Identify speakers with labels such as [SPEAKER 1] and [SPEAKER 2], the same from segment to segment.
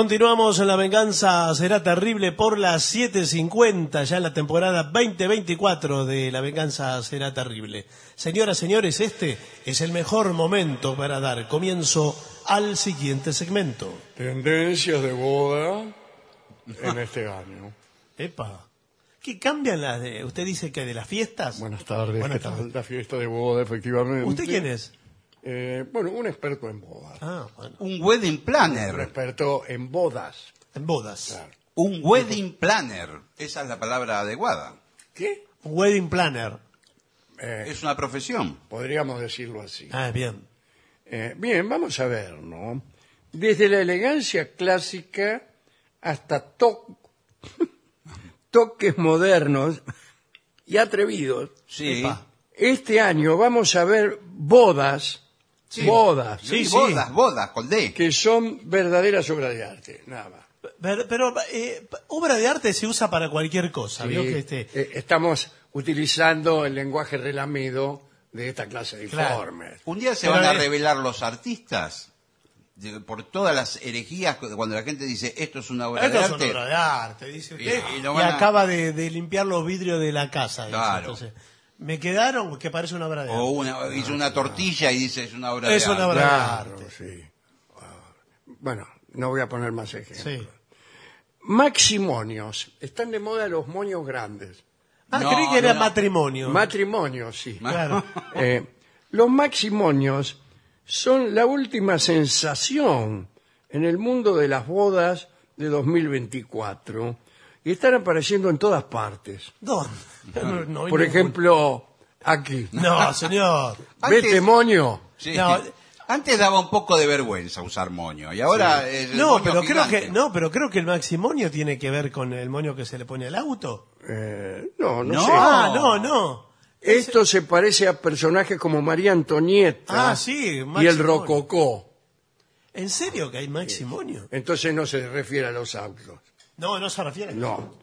[SPEAKER 1] Continuamos en La Venganza Será Terrible por las 7.50, ya en la temporada 2024 de La Venganza Será Terrible. Señoras, señores, este es el mejor momento para dar comienzo al siguiente segmento.
[SPEAKER 2] Tendencias de boda en este año.
[SPEAKER 1] Epa, ¿qué cambian las de...? Usted dice que de las fiestas.
[SPEAKER 2] Buenas tardes.
[SPEAKER 1] Buenas
[SPEAKER 2] ¿qué tal?
[SPEAKER 1] tardes.
[SPEAKER 2] La fiesta de boda, efectivamente.
[SPEAKER 1] ¿Usted quién es?
[SPEAKER 2] Eh, bueno, un experto en bodas.
[SPEAKER 1] Ah, bueno,
[SPEAKER 3] Un wedding
[SPEAKER 2] Un
[SPEAKER 3] planner.
[SPEAKER 2] experto en bodas.
[SPEAKER 1] en bodas.
[SPEAKER 2] Claro.
[SPEAKER 3] Un wedding planner. Esa es la palabra adecuada.
[SPEAKER 2] ¿Qué?
[SPEAKER 1] Un wedding planner.
[SPEAKER 2] Eh,
[SPEAKER 3] Es una profesión.
[SPEAKER 2] Podríamos decirlo así.
[SPEAKER 1] Ah, bien.
[SPEAKER 2] Eh, bien, vamos a ver, ¿no? Desde la elegancia clásica hasta to- toques modernos y atrevidos,
[SPEAKER 3] Sí.
[SPEAKER 1] Epa.
[SPEAKER 2] este año vamos a ver bodas, bodas,
[SPEAKER 1] Sí, sí.
[SPEAKER 3] bodas, bodas, con D.
[SPEAKER 2] que son verdaderas obras de arte, nada más.
[SPEAKER 1] Pero, pero, eh, obra de arte se usa para cualquier cosa, ¿vio?
[SPEAKER 2] Sí,
[SPEAKER 1] Que este,
[SPEAKER 2] eh, estamos utilizando el lenguaje relamido de esta clase de
[SPEAKER 1] Claro.
[SPEAKER 2] informes.
[SPEAKER 3] Un día se
[SPEAKER 1] Pero
[SPEAKER 3] van a
[SPEAKER 1] es-
[SPEAKER 3] revelar los artistas de- por todas las herejías cu- cuando la gente dice esto es una obra
[SPEAKER 1] Esto
[SPEAKER 3] de
[SPEAKER 1] es una
[SPEAKER 3] arte.
[SPEAKER 1] obra de arte, dice usted.
[SPEAKER 3] Y-
[SPEAKER 1] Y,
[SPEAKER 3] y lo van a-
[SPEAKER 1] acaba de, de limpiar los vidrios de la casa. dice.
[SPEAKER 3] Claro. Oh.
[SPEAKER 1] Entonces, me quedaron que parece una obra de
[SPEAKER 3] O
[SPEAKER 1] arte.
[SPEAKER 3] una, hizo una tortilla y dice es una obra
[SPEAKER 1] Es
[SPEAKER 3] de
[SPEAKER 1] una
[SPEAKER 3] arte.
[SPEAKER 1] obra-
[SPEAKER 2] Claro,
[SPEAKER 1] arte.
[SPEAKER 2] sí. Ah, Bueno, no voy a poner más ejemplos.
[SPEAKER 1] Sí.
[SPEAKER 2] Maximonios. Están de moda los moños grandes.
[SPEAKER 1] Ah,
[SPEAKER 3] No,
[SPEAKER 1] creí que era
[SPEAKER 3] no, no.
[SPEAKER 1] matrimonio.
[SPEAKER 2] Matrimonios, sí.
[SPEAKER 3] Ma-
[SPEAKER 1] Claro.
[SPEAKER 2] Eh, los maximonios son la última sensación en el mundo de las bodas de 2024 y están apareciendo en todas partes.
[SPEAKER 1] No, no, no,
[SPEAKER 2] Por
[SPEAKER 1] no.
[SPEAKER 2] ejemplo, aquí.
[SPEAKER 1] No, señor.
[SPEAKER 3] Antes-
[SPEAKER 2] ¿Vete, moño?
[SPEAKER 3] Sí.
[SPEAKER 1] No.
[SPEAKER 3] Antes daba un poco de vergüenza usar moño y ahora es el
[SPEAKER 1] No,
[SPEAKER 3] moño
[SPEAKER 1] pero creo
[SPEAKER 3] gigante.
[SPEAKER 1] que no, pero creo que el matrimonio tiene que ver con el moño que se le pone al auto.
[SPEAKER 2] Eh, no, no,
[SPEAKER 3] No.
[SPEAKER 2] sé.
[SPEAKER 1] Ah, no, no.
[SPEAKER 2] Esto se parece a personajes como María Antonieta
[SPEAKER 1] Ah, sí,
[SPEAKER 2] y el
[SPEAKER 1] matrimonio.
[SPEAKER 2] Rococó.
[SPEAKER 1] ¿En serio que hay matrimonio?
[SPEAKER 2] Entonces no se refiere a los autos.
[SPEAKER 1] No, no se refiere.
[SPEAKER 2] No.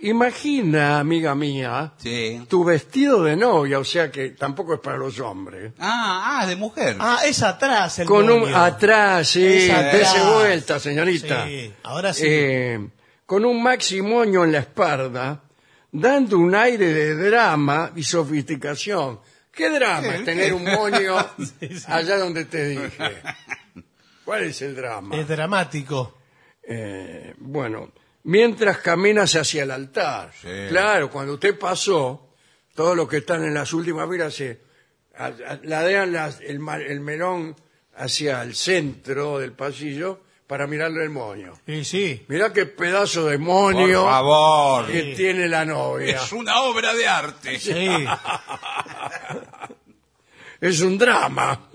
[SPEAKER 2] Imagina, amiga mía,
[SPEAKER 3] Sí.
[SPEAKER 2] tu vestido de novia, o sea que tampoco es para los hombres.
[SPEAKER 3] Ah, ah, de mujer.
[SPEAKER 1] Ah, es atrás el
[SPEAKER 2] Con un
[SPEAKER 1] moño.
[SPEAKER 2] atrás, sí,
[SPEAKER 1] Es atrás.
[SPEAKER 2] dese vuelta, señorita.
[SPEAKER 1] Sí, ahora sí.
[SPEAKER 2] Eh, con un maximoño en la espalda, dando un aire de drama y sofisticación. ¿Qué drama es tener un moño allá donde te dije? ¿Cuál es el drama?
[SPEAKER 1] Es dramático.
[SPEAKER 2] Eh, bueno, mientras caminas hacia el altar. Claro, cuando usted pasó, todos los que están en las últimas filas se a- a- ladean las- el, ma- el melón hacia el centro del pasillo para mirarle el moño.
[SPEAKER 1] Sí, sí.
[SPEAKER 2] Mirá qué pedazo de
[SPEAKER 3] Por
[SPEAKER 2] moño
[SPEAKER 3] favor.
[SPEAKER 2] que tiene la novia.
[SPEAKER 3] Es una obra de arte.
[SPEAKER 1] Sí.
[SPEAKER 2] Es un drama.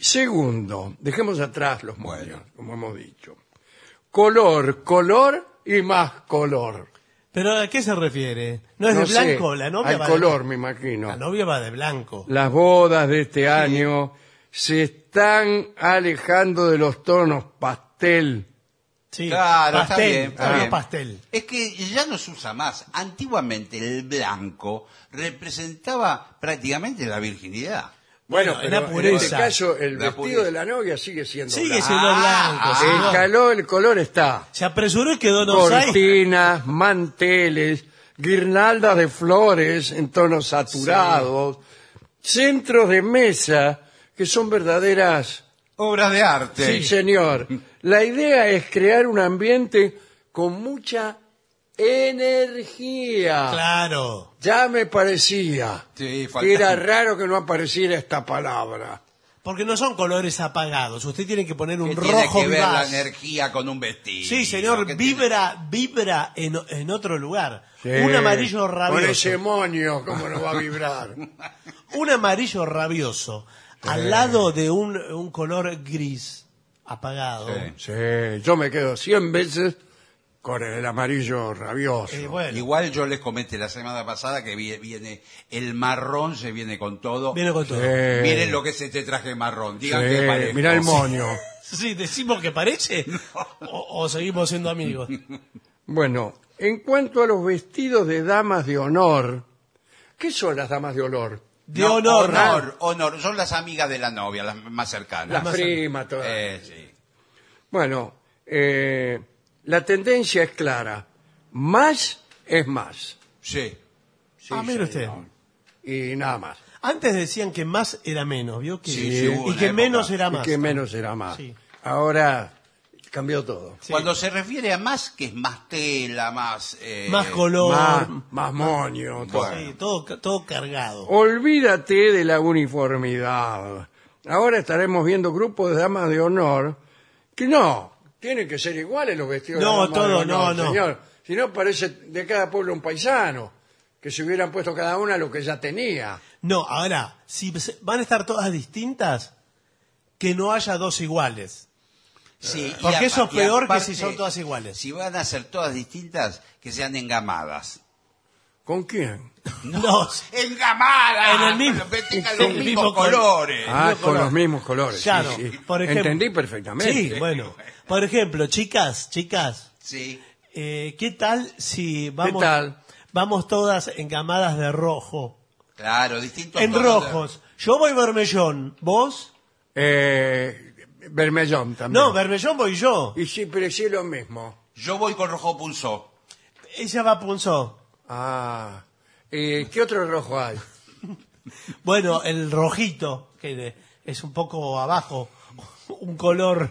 [SPEAKER 2] Segundo, dejemos atrás los moños,
[SPEAKER 3] Bueno.
[SPEAKER 2] como hemos dicho. Color, color y más color.
[SPEAKER 1] ¿Pero a qué se refiere? ¿No es
[SPEAKER 2] No
[SPEAKER 1] de blanco?
[SPEAKER 2] sé,
[SPEAKER 1] la novia
[SPEAKER 2] al
[SPEAKER 1] va
[SPEAKER 2] color,
[SPEAKER 1] de
[SPEAKER 2] me imagino.
[SPEAKER 1] La novia va de blanco.
[SPEAKER 2] Las bodas de este año se están alejando de los tonos pastel.
[SPEAKER 1] Sí.
[SPEAKER 3] Claro, está
[SPEAKER 1] pastel.
[SPEAKER 3] bien, está
[SPEAKER 1] tono
[SPEAKER 3] bien.
[SPEAKER 1] pastel.
[SPEAKER 3] Es que ya no se usa más. Antiguamente el blanco representaba prácticamente la virginidad.
[SPEAKER 1] Bueno,
[SPEAKER 2] Bueno,
[SPEAKER 1] es
[SPEAKER 2] pero
[SPEAKER 1] la
[SPEAKER 2] en este
[SPEAKER 1] pureza.
[SPEAKER 2] caso el
[SPEAKER 3] La
[SPEAKER 2] vestido
[SPEAKER 3] pureza.
[SPEAKER 2] de la novia sigue siendo
[SPEAKER 1] Sigue
[SPEAKER 2] blanco.
[SPEAKER 1] siendo blanco.
[SPEAKER 3] Ah,
[SPEAKER 1] señor.
[SPEAKER 2] el calor, el color está.
[SPEAKER 1] Se apresuró y quedó no
[SPEAKER 2] cortinas, manteles, guirnaldas de flores en tonos saturados, centros de mesa que son verdaderas.
[SPEAKER 3] Obras de arte.
[SPEAKER 2] Sí, señor. La idea es crear un ambiente con mucha energía.
[SPEAKER 1] Claro.
[SPEAKER 2] Ya me parecía.
[SPEAKER 3] Sí, faltaba.
[SPEAKER 2] que Era raro que no apareciera esta palabra.
[SPEAKER 1] Porque no son colores apagados. Usted tiene que poner un
[SPEAKER 3] ¿Qué tiene
[SPEAKER 1] rojo
[SPEAKER 3] que ver la
[SPEAKER 1] vivaz.
[SPEAKER 3] energía con un vestido?
[SPEAKER 1] Sí,
[SPEAKER 3] ¿Qué
[SPEAKER 1] señor,
[SPEAKER 3] tiene?
[SPEAKER 1] vibra, vibra en, en otro lugar.
[SPEAKER 2] Sí.
[SPEAKER 1] Un amarillo
[SPEAKER 2] Con ese
[SPEAKER 1] rabioso.
[SPEAKER 2] moño, ¿cómo no va a vibrar?
[SPEAKER 1] Un amarillo rabioso. Al lado de un, un color gris apagado.
[SPEAKER 3] Sí.
[SPEAKER 2] Sí, yo me quedo 100 veces con el amarillo rabioso.
[SPEAKER 1] Eh, bueno.
[SPEAKER 3] Igual yo les comenté la semana pasada que vi- viene el marrón, se viene con todo.
[SPEAKER 1] Viene con todo.
[SPEAKER 2] Eh,
[SPEAKER 3] Miren lo que es este traje marrón. Digan
[SPEAKER 2] sí,
[SPEAKER 3] que parezco.
[SPEAKER 2] mirá el moño.
[SPEAKER 1] Sí, decimos que parece o, o seguimos siendo amigos.
[SPEAKER 2] Bueno, en cuanto a los vestidos de damas de honor, ¿qué son las damas de honor?
[SPEAKER 1] De
[SPEAKER 3] No,
[SPEAKER 1] honor. ¿eh?
[SPEAKER 3] honor. honor. Son las amigas de la novia, las más cercanas.
[SPEAKER 2] Las primas, todas.
[SPEAKER 3] Eh, sí.
[SPEAKER 2] Bueno, eh, la tendencia es clara. Más es más.
[SPEAKER 3] Sí.
[SPEAKER 1] Ah, mire usted.
[SPEAKER 2] señor. Y nada más.
[SPEAKER 1] Antes decían que más era menos, ¿vio? Que,
[SPEAKER 3] Sí, sí, hubo
[SPEAKER 1] y
[SPEAKER 3] una
[SPEAKER 1] que
[SPEAKER 3] época.
[SPEAKER 1] menos era
[SPEAKER 2] Y
[SPEAKER 1] más.
[SPEAKER 2] que menos era más.
[SPEAKER 1] Sí.
[SPEAKER 2] Ahora cambió todo.
[SPEAKER 1] Sí.
[SPEAKER 3] Cuando se refiere a más, que es más tela, más... eh,
[SPEAKER 1] Más color.
[SPEAKER 2] Más, más moño. todo.
[SPEAKER 3] Bueno.
[SPEAKER 1] Sí, todo, ca- todo cargado.
[SPEAKER 2] Olvídate de la uniformidad. Ahora estaremos viendo grupos de damas de honor que no, tienen que ser iguales los vestidos
[SPEAKER 1] No,
[SPEAKER 2] de damas de
[SPEAKER 1] todo,
[SPEAKER 2] honor,
[SPEAKER 1] no, no.
[SPEAKER 2] señor. Si no, parece de cada pueblo un paisano, que se hubieran puesto cada una lo que ya tenía.
[SPEAKER 1] No, ahora, si se- van a estar todas distintas, que no haya dos iguales.
[SPEAKER 3] sí, y
[SPEAKER 1] Porque eso es
[SPEAKER 3] apa- y
[SPEAKER 1] peor que
[SPEAKER 3] aparte,
[SPEAKER 1] si son todas iguales.
[SPEAKER 3] Si van a ser todas distintas, que sean engamadas.
[SPEAKER 2] ¿Con quién?
[SPEAKER 1] No.
[SPEAKER 3] ¡Engamadas!
[SPEAKER 1] En el mismo-
[SPEAKER 3] Que tengan
[SPEAKER 1] en
[SPEAKER 3] los
[SPEAKER 1] el
[SPEAKER 3] mismos
[SPEAKER 1] mismo col-
[SPEAKER 3] colores.
[SPEAKER 1] mismo
[SPEAKER 2] Ah, con
[SPEAKER 1] Eh, color.
[SPEAKER 2] los mismos colores. sí,
[SPEAKER 1] Claro,
[SPEAKER 2] sí.
[SPEAKER 1] por ejemplo.
[SPEAKER 2] Entendí perfectamente.
[SPEAKER 1] Sí, bueno. Por ejemplo, chicas, chicas,
[SPEAKER 3] Sí.
[SPEAKER 1] eh, ¿qué tal si vamos,
[SPEAKER 2] tal?
[SPEAKER 1] vamos todas engamadas de rojo?
[SPEAKER 3] Claro, distintos
[SPEAKER 1] En
[SPEAKER 3] colores.
[SPEAKER 1] rojos. Yo voy vermellón, ¿vos?
[SPEAKER 2] Eh, Bermellón también.
[SPEAKER 1] No, vermellón voy yo.
[SPEAKER 2] Y sí, pero sí es lo mismo.
[SPEAKER 3] Yo voy con rojo pulso.
[SPEAKER 1] Ella va punzó.
[SPEAKER 2] Ah, eh, ¿qué otro rojo hay?
[SPEAKER 1] Eh, Bueno, el rojito, que de- es un poco abajo, un color,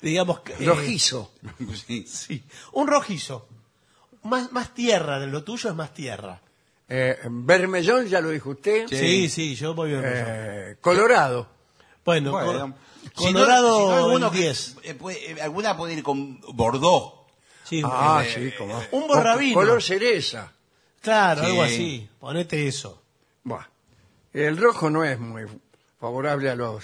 [SPEAKER 1] digamos... que- eh,
[SPEAKER 2] Rojizo.
[SPEAKER 3] Sí.
[SPEAKER 1] Sí, un rojizo. Más, más tierra, de lo tuyo es más tierra.
[SPEAKER 2] Eh, Bermellón, ya lo dijo usted.
[SPEAKER 1] Sí, sí, yo voy bien.
[SPEAKER 2] Eh, Colorado.
[SPEAKER 1] bueno,
[SPEAKER 3] Bueno.
[SPEAKER 1] col-
[SPEAKER 3] Si no-
[SPEAKER 1] Colorado
[SPEAKER 3] si no, alguno
[SPEAKER 1] el
[SPEAKER 3] que-
[SPEAKER 1] 10.
[SPEAKER 3] eh, puede- eh, alguna puede ir con Bordeaux.
[SPEAKER 1] Sí,
[SPEAKER 2] Ah,
[SPEAKER 1] eh,
[SPEAKER 2] sí, como.
[SPEAKER 1] un borrabino.
[SPEAKER 2] Color cereza.
[SPEAKER 1] claro, algo
[SPEAKER 3] Sí.
[SPEAKER 1] así. Ponete eso.
[SPEAKER 2] Buah. El rojo no es muy favorable a los.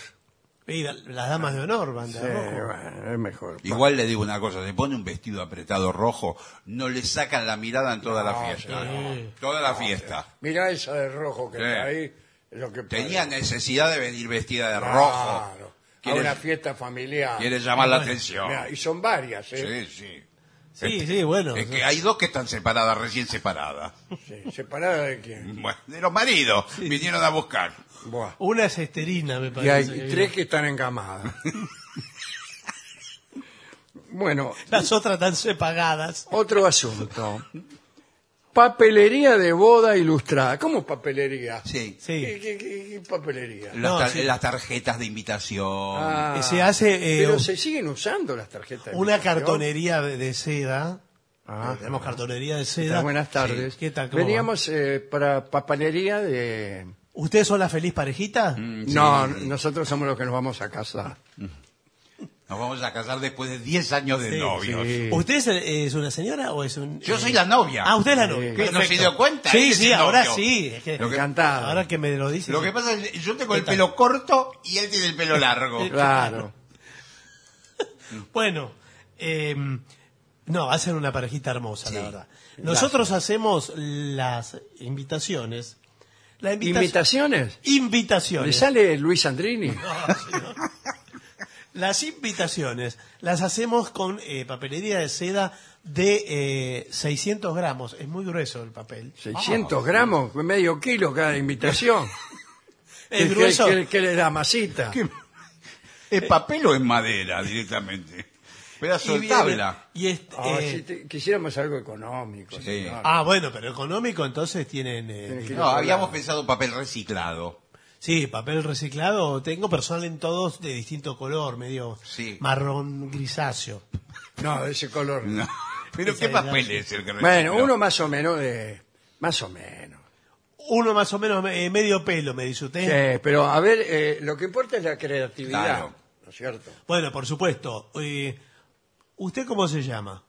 [SPEAKER 1] Mira, las damas de honor van de
[SPEAKER 2] Sí,
[SPEAKER 1] rojo.
[SPEAKER 2] bueno, es mejor.
[SPEAKER 3] Igual le digo una cosa, se pone un vestido apretado rojo, no le sacan la mirada en toda la fiesta. Toda la fiesta.
[SPEAKER 2] Mirá esa de rojo que
[SPEAKER 3] Sí.
[SPEAKER 2] está ahí. Lo que
[SPEAKER 3] Tenía necesidad de venir vestida de
[SPEAKER 2] Claro.
[SPEAKER 3] rojo.
[SPEAKER 2] A
[SPEAKER 3] Quiere,
[SPEAKER 2] una fiesta familiar.
[SPEAKER 3] quiere llamar la atención.
[SPEAKER 2] Mirá, y son varias, ¿eh?
[SPEAKER 3] Sí, sí.
[SPEAKER 1] Sí, sí, bueno.
[SPEAKER 3] Es que hay dos que están separadas, recién separadas.
[SPEAKER 2] Sí, ¿Separada de quién?
[SPEAKER 3] Bueno, de los maridos, vinieron a buscar.
[SPEAKER 2] Buah.
[SPEAKER 1] Una es esterina, me
[SPEAKER 2] Y
[SPEAKER 1] parece.
[SPEAKER 2] hay tres que están engamadas. bueno,
[SPEAKER 1] Las otras están sepagadas.
[SPEAKER 2] Otro asunto. Papelería de boda ilustrada. ¿Cómo papelería?
[SPEAKER 3] Sí.
[SPEAKER 2] ¿Qué,
[SPEAKER 1] Sí.
[SPEAKER 2] qué- qué- qué papelería?
[SPEAKER 3] Las,
[SPEAKER 1] No,
[SPEAKER 3] tar-
[SPEAKER 1] sí.
[SPEAKER 3] las tarjetas de invitación.
[SPEAKER 2] Ah,
[SPEAKER 1] Se hace eh,
[SPEAKER 2] pero se siguen usando las tarjetas. de
[SPEAKER 1] una
[SPEAKER 2] invitación.
[SPEAKER 1] cartonería de, de seda. Eh,
[SPEAKER 2] Ah.
[SPEAKER 1] Tenemos cartonería de
[SPEAKER 2] Ah,
[SPEAKER 1] seda.
[SPEAKER 2] buenas tardes.
[SPEAKER 1] Sí. ¿Qué tal? ¿Cómo va?
[SPEAKER 2] Veníamos eh, para papelería de...
[SPEAKER 1] ¿Ustedes son la feliz parejita?
[SPEAKER 3] Mm.
[SPEAKER 2] No, nosotros somos los que nos vamos a casar.
[SPEAKER 3] Nos vamos a casar después de 10 años de
[SPEAKER 1] Sí,
[SPEAKER 3] novios.
[SPEAKER 2] sí.
[SPEAKER 1] ¿Usted es, eh, es una señora o es un.?
[SPEAKER 3] Yo
[SPEAKER 1] eh,
[SPEAKER 3] soy la novia.
[SPEAKER 1] Ah, usted es la
[SPEAKER 2] Sí.
[SPEAKER 1] novia.
[SPEAKER 3] Que no se
[SPEAKER 1] perfecto.
[SPEAKER 3] dio cuenta,
[SPEAKER 1] Sí,
[SPEAKER 3] ese
[SPEAKER 1] sí,
[SPEAKER 3] es el
[SPEAKER 1] ahora
[SPEAKER 3] novio.
[SPEAKER 1] sí. es que-
[SPEAKER 3] Lo que-
[SPEAKER 2] Encantado.
[SPEAKER 1] ahora que me lo dice.
[SPEAKER 3] Lo
[SPEAKER 1] sí.
[SPEAKER 3] que pasa es que yo tengo
[SPEAKER 1] ¿Qué
[SPEAKER 3] el
[SPEAKER 1] tal?
[SPEAKER 3] pelo corto y él tiene el pelo largo.
[SPEAKER 2] Claro.
[SPEAKER 1] Bueno, eh, no, hacen una parejita hermosa, la
[SPEAKER 3] Sí.
[SPEAKER 1] verdad. Nosotros hacemos las invitaciones. La invitación-
[SPEAKER 2] ¿Invitaciones? ¿Le
[SPEAKER 1] invitaciones.
[SPEAKER 2] sale Luis Andrini?
[SPEAKER 1] No, señor. Las invitaciones las hacemos con eh, papelería de seda de eh, 600 gramos. Es muy grueso el papel.
[SPEAKER 2] 600 gramos, medio kilo cada invitación.
[SPEAKER 1] Es
[SPEAKER 2] ¿Qué-
[SPEAKER 1] grueso.
[SPEAKER 2] qué- qué le da masita?
[SPEAKER 3] ¿Es papel o es madera directamente? Pedazo de
[SPEAKER 1] viene-
[SPEAKER 3] tabla.
[SPEAKER 1] y es-
[SPEAKER 2] Ah,
[SPEAKER 1] eh,
[SPEAKER 2] si te- quisiéramos algo económico.
[SPEAKER 3] Sí.
[SPEAKER 2] señor.
[SPEAKER 1] Ah, bueno, pero económico entonces tienen... eh,
[SPEAKER 2] Tienen que-
[SPEAKER 3] No, habíamos pensado papel reciclado.
[SPEAKER 1] sí, papel reciclado. Tengo personal en todos de distinto color, medio
[SPEAKER 3] Sí.
[SPEAKER 1] marrón grisáceo.
[SPEAKER 2] No, de ese color. no.
[SPEAKER 3] No. Pero
[SPEAKER 1] Esa
[SPEAKER 3] ¿qué
[SPEAKER 1] era-
[SPEAKER 3] papel es el que
[SPEAKER 2] Bueno,
[SPEAKER 3] recicló?
[SPEAKER 2] uno más o menos de... Más o menos.
[SPEAKER 1] Uno más o menos eh, medio pelo, me dice usted.
[SPEAKER 2] Sí, pero a ver, eh, lo que importa es la creatividad.
[SPEAKER 3] Claro.
[SPEAKER 2] ¿No es cierto?
[SPEAKER 1] Bueno, por supuesto. Eh, ¿Usted cómo se llama?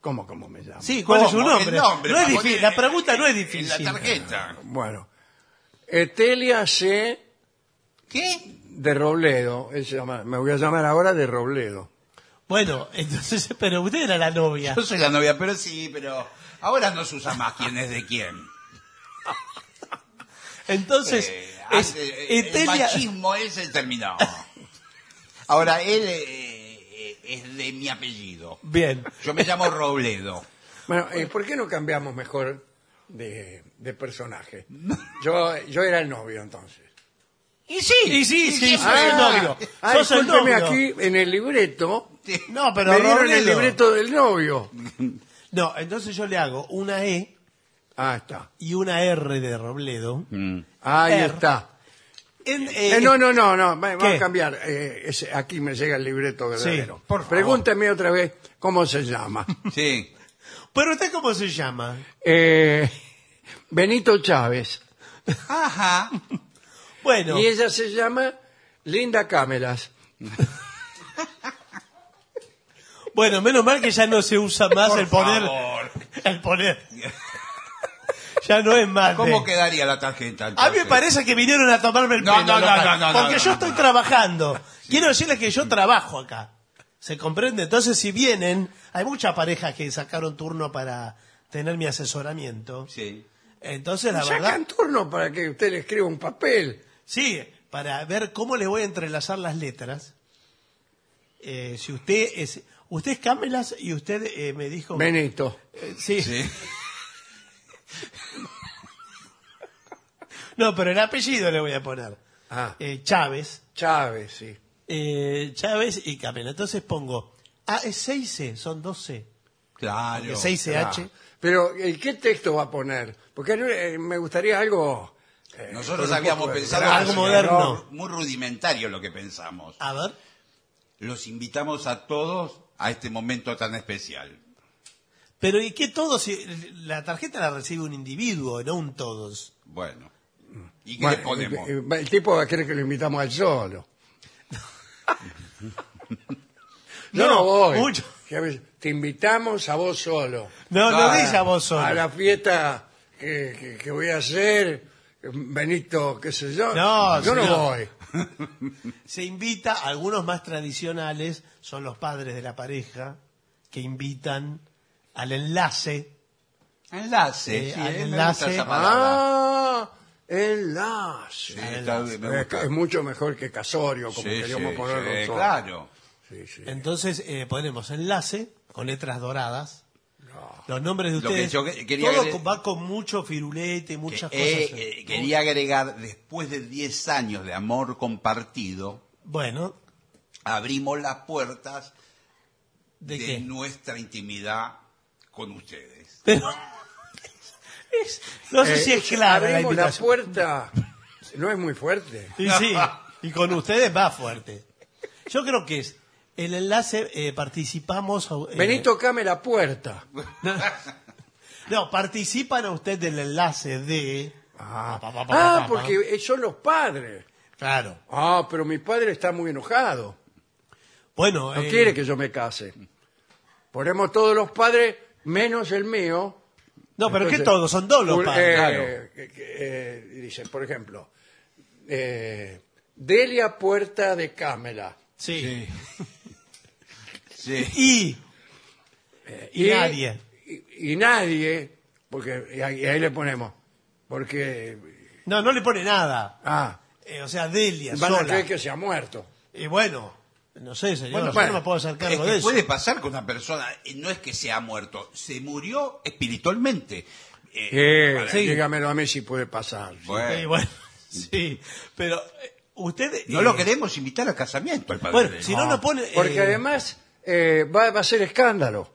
[SPEAKER 2] ¿Cómo, cómo me llamo?
[SPEAKER 1] Sí, ¿cuál es su
[SPEAKER 3] ¿Cómo?
[SPEAKER 1] nombre?
[SPEAKER 3] El nombre,
[SPEAKER 1] No es
[SPEAKER 3] papá,
[SPEAKER 1] difícil,
[SPEAKER 3] que-
[SPEAKER 1] la pregunta no es
[SPEAKER 3] En
[SPEAKER 1] difícil.
[SPEAKER 3] la tarjeta.
[SPEAKER 2] Bueno. Etelia C.
[SPEAKER 3] ¿Qué?
[SPEAKER 2] de Robledo. Él se llama- me voy a llamar ahora de Robledo.
[SPEAKER 1] Bueno, entonces, pero usted era la novia.
[SPEAKER 3] Yo soy la novia, pero sí, pero ahora no se usa más quién es de quién.
[SPEAKER 1] Entonces,
[SPEAKER 3] Eh,
[SPEAKER 1] es
[SPEAKER 3] antes, eh, el
[SPEAKER 1] Etelia-
[SPEAKER 3] machismo ese terminó. Ahora, él eh, eh, es de mi apellido.
[SPEAKER 1] Bien.
[SPEAKER 3] Yo me llamo Robledo.
[SPEAKER 2] Bueno, eh, ¿por qué no cambiamos mejor de, de personaje. Yo, yo era el novio entonces.
[SPEAKER 1] Y sí, y sí, sí, soy el
[SPEAKER 2] Ah,
[SPEAKER 1] novio.
[SPEAKER 2] ah,
[SPEAKER 1] Sos el
[SPEAKER 2] discúlpeme,
[SPEAKER 1] novio.
[SPEAKER 2] aquí en el libreto.
[SPEAKER 1] No, pero
[SPEAKER 2] me dieron el
[SPEAKER 1] Robledo.
[SPEAKER 2] libreto del novio.
[SPEAKER 1] No, entonces yo le hago una E
[SPEAKER 2] Ah, está.
[SPEAKER 1] y una R de Robledo.
[SPEAKER 2] Ahí
[SPEAKER 1] Er.
[SPEAKER 2] está.
[SPEAKER 1] En, eh,
[SPEAKER 2] Eh, no, no, no, no, va- vamos
[SPEAKER 1] ¿Qué?
[SPEAKER 2] a cambiar. Eh, ese- aquí me llega el libreto verdadero.
[SPEAKER 1] por favor.
[SPEAKER 2] Pregúntame otra vez cómo se llama.
[SPEAKER 3] Sí.
[SPEAKER 1] Pero usted cómo se llama?
[SPEAKER 2] Eh, Benito Chávez.
[SPEAKER 3] Ajá.
[SPEAKER 1] Bueno,
[SPEAKER 2] Y ella se llama Linda Camelas.
[SPEAKER 1] bueno, menos mal que ya no se usa más
[SPEAKER 3] Por
[SPEAKER 1] el poner
[SPEAKER 3] favor.
[SPEAKER 1] el poner. Ya no es más. de-
[SPEAKER 3] ¿Cómo quedaría la tarjeta?
[SPEAKER 1] A mí
[SPEAKER 3] entonces?
[SPEAKER 1] me parece que vinieron a tomarme el
[SPEAKER 3] No,
[SPEAKER 1] pelo.
[SPEAKER 3] no, no,
[SPEAKER 1] local,
[SPEAKER 3] no, no,
[SPEAKER 1] porque
[SPEAKER 3] no,
[SPEAKER 1] yo
[SPEAKER 3] no,
[SPEAKER 1] estoy
[SPEAKER 3] no.
[SPEAKER 1] trabajando. Quiero decirles que yo trabajo acá. ¿Se comprende? Entonces, si vienen, hay muchas parejas que sacaron turno para tener mi asesoramiento.
[SPEAKER 3] Sí.
[SPEAKER 1] Entonces, la verdad,
[SPEAKER 2] Sacan turno para que usted le escriba un papel.
[SPEAKER 1] sí, para ver cómo le voy a entrelazar las letras. Eh, si usted es. Usted es Cámelas y usted eh, me dijo.
[SPEAKER 2] Benito.
[SPEAKER 1] Eh, sí.
[SPEAKER 3] Sí.
[SPEAKER 1] No, pero el apellido le voy a poner.
[SPEAKER 2] Ah,
[SPEAKER 1] Eh, Chávez.
[SPEAKER 2] Chávez, sí.
[SPEAKER 1] eh, Chávez y Camela. Entonces pongo. Ah, es 6C, son 12.
[SPEAKER 3] Claro.
[SPEAKER 1] 6CH.
[SPEAKER 2] Ah, Pero, ¿y qué texto va a poner? Porque eh, me gustaría algo... eh,
[SPEAKER 3] Nosotros
[SPEAKER 2] con un
[SPEAKER 3] habíamos
[SPEAKER 2] poco de
[SPEAKER 3] pensado
[SPEAKER 2] gracia,
[SPEAKER 1] Algo moderno.
[SPEAKER 2] ¿no?
[SPEAKER 3] Muy rudimentario lo que pensamos.
[SPEAKER 1] A ver.
[SPEAKER 3] Los invitamos a todos a este momento tan especial.
[SPEAKER 1] Pero ¿y qué todos? Si La tarjeta la recibe un individuo, no un todos.
[SPEAKER 3] Bueno. ¿Y qué le
[SPEAKER 2] Bueno,
[SPEAKER 3] ponemos?
[SPEAKER 2] eh, eh, El tipo va a querer que lo invitamos al solo. Yo no,
[SPEAKER 1] No,
[SPEAKER 2] voy.
[SPEAKER 1] mucho.
[SPEAKER 2] Ya ves, Te invitamos a vos solo.
[SPEAKER 1] No, no
[SPEAKER 3] Claro.
[SPEAKER 1] dice Ah, a vos solo.
[SPEAKER 2] A la fiesta que, que- que voy a hacer, Benito, qué sé yo.
[SPEAKER 1] No,
[SPEAKER 2] yo no
[SPEAKER 1] señor.
[SPEAKER 2] voy.
[SPEAKER 1] Se invita, algunos más tradicionales son los padres de la pareja que invitan al enlace.
[SPEAKER 3] Enlace.
[SPEAKER 1] Eh,
[SPEAKER 3] sí,
[SPEAKER 1] al
[SPEAKER 3] eh, me
[SPEAKER 1] enlace.
[SPEAKER 3] gusta esa palabra.
[SPEAKER 2] Ah, enlace.
[SPEAKER 3] Sí, está bien, me
[SPEAKER 2] Es,
[SPEAKER 3] gusta.
[SPEAKER 2] es mucho mejor que casorio, como
[SPEAKER 3] Sí,
[SPEAKER 2] queríamos
[SPEAKER 3] sí,
[SPEAKER 2] ponerlo
[SPEAKER 3] sí,
[SPEAKER 2] nosotros.
[SPEAKER 3] claro.
[SPEAKER 2] Sí, sí.
[SPEAKER 1] Entonces eh, ponemos enlace con letras doradas. Los nombres de
[SPEAKER 3] Lo que
[SPEAKER 1] ustedes.
[SPEAKER 3] yo que- quería
[SPEAKER 1] todo
[SPEAKER 3] agregar-
[SPEAKER 1] con- va con mucho firulete, muchas
[SPEAKER 3] Eh,
[SPEAKER 1] cosas.
[SPEAKER 3] eh, quería agregar, después de 10 años de amor compartido,
[SPEAKER 1] Bueno,
[SPEAKER 3] abrimos las puertas
[SPEAKER 1] ¿de,
[SPEAKER 3] de
[SPEAKER 1] qué?
[SPEAKER 3] nuestra intimidad con ustedes.
[SPEAKER 1] Pero. es- no sé
[SPEAKER 2] Eh,
[SPEAKER 1] si es clara la
[SPEAKER 2] abrimos la
[SPEAKER 1] invitación.
[SPEAKER 2] puerta. No es muy fuerte.
[SPEAKER 1] Y sí, y con ustedes va fuerte. Yo creo que es. El enlace eh, participamos. eh,
[SPEAKER 2] Benito, came la puerta.
[SPEAKER 1] No, participan a usted del enlace de.
[SPEAKER 2] Ah,
[SPEAKER 1] Pa, pa, pa, pa, pa, pa.
[SPEAKER 2] porque eh, son los padres.
[SPEAKER 1] Claro.
[SPEAKER 2] Ah, pero mi padre está muy enojado.
[SPEAKER 1] Bueno,
[SPEAKER 2] No
[SPEAKER 1] eh,
[SPEAKER 2] quiere que yo me case. Ponemos todos los padres, menos el mío.
[SPEAKER 1] No, pero que
[SPEAKER 2] Entonces,
[SPEAKER 1] todos, son dos los
[SPEAKER 2] un-
[SPEAKER 1] padres.
[SPEAKER 2] eh, que- que, eh, dice, por ejemplo, eh, Delia Puerta de Cámela.
[SPEAKER 1] Sí. Eh,
[SPEAKER 3] Sí.
[SPEAKER 1] Y. Y nadie.
[SPEAKER 2] Y, y nadie, porque y ahí, y ahí le ponemos, porque,
[SPEAKER 1] No, no le pone nada.
[SPEAKER 2] ah,
[SPEAKER 1] Eh, o sea, Delia,
[SPEAKER 2] van a
[SPEAKER 1] sola.
[SPEAKER 2] creer que se ha muerto.
[SPEAKER 1] Y bueno, no sé, señor.
[SPEAKER 2] Bueno,
[SPEAKER 1] yo
[SPEAKER 2] bueno,
[SPEAKER 1] no me puedo hacer
[SPEAKER 3] Es
[SPEAKER 1] cargo
[SPEAKER 3] que
[SPEAKER 1] de eso.
[SPEAKER 3] puede pasar que una persona eh, no es que se ha muerto, se murió espiritualmente. Eh, para-
[SPEAKER 1] sí.
[SPEAKER 2] Dígamelo a mí si puede pasar. sí.
[SPEAKER 3] Bueno,
[SPEAKER 1] Sí, Eh, bueno, sí. Pero eh, usted.
[SPEAKER 3] no
[SPEAKER 1] eh,
[SPEAKER 3] lo queremos invitar al casamiento, al padre.
[SPEAKER 1] Bueno, si no,
[SPEAKER 2] No,
[SPEAKER 1] no pone.
[SPEAKER 2] Porque
[SPEAKER 1] eh,
[SPEAKER 2] además eh, va, va a ser escándalo.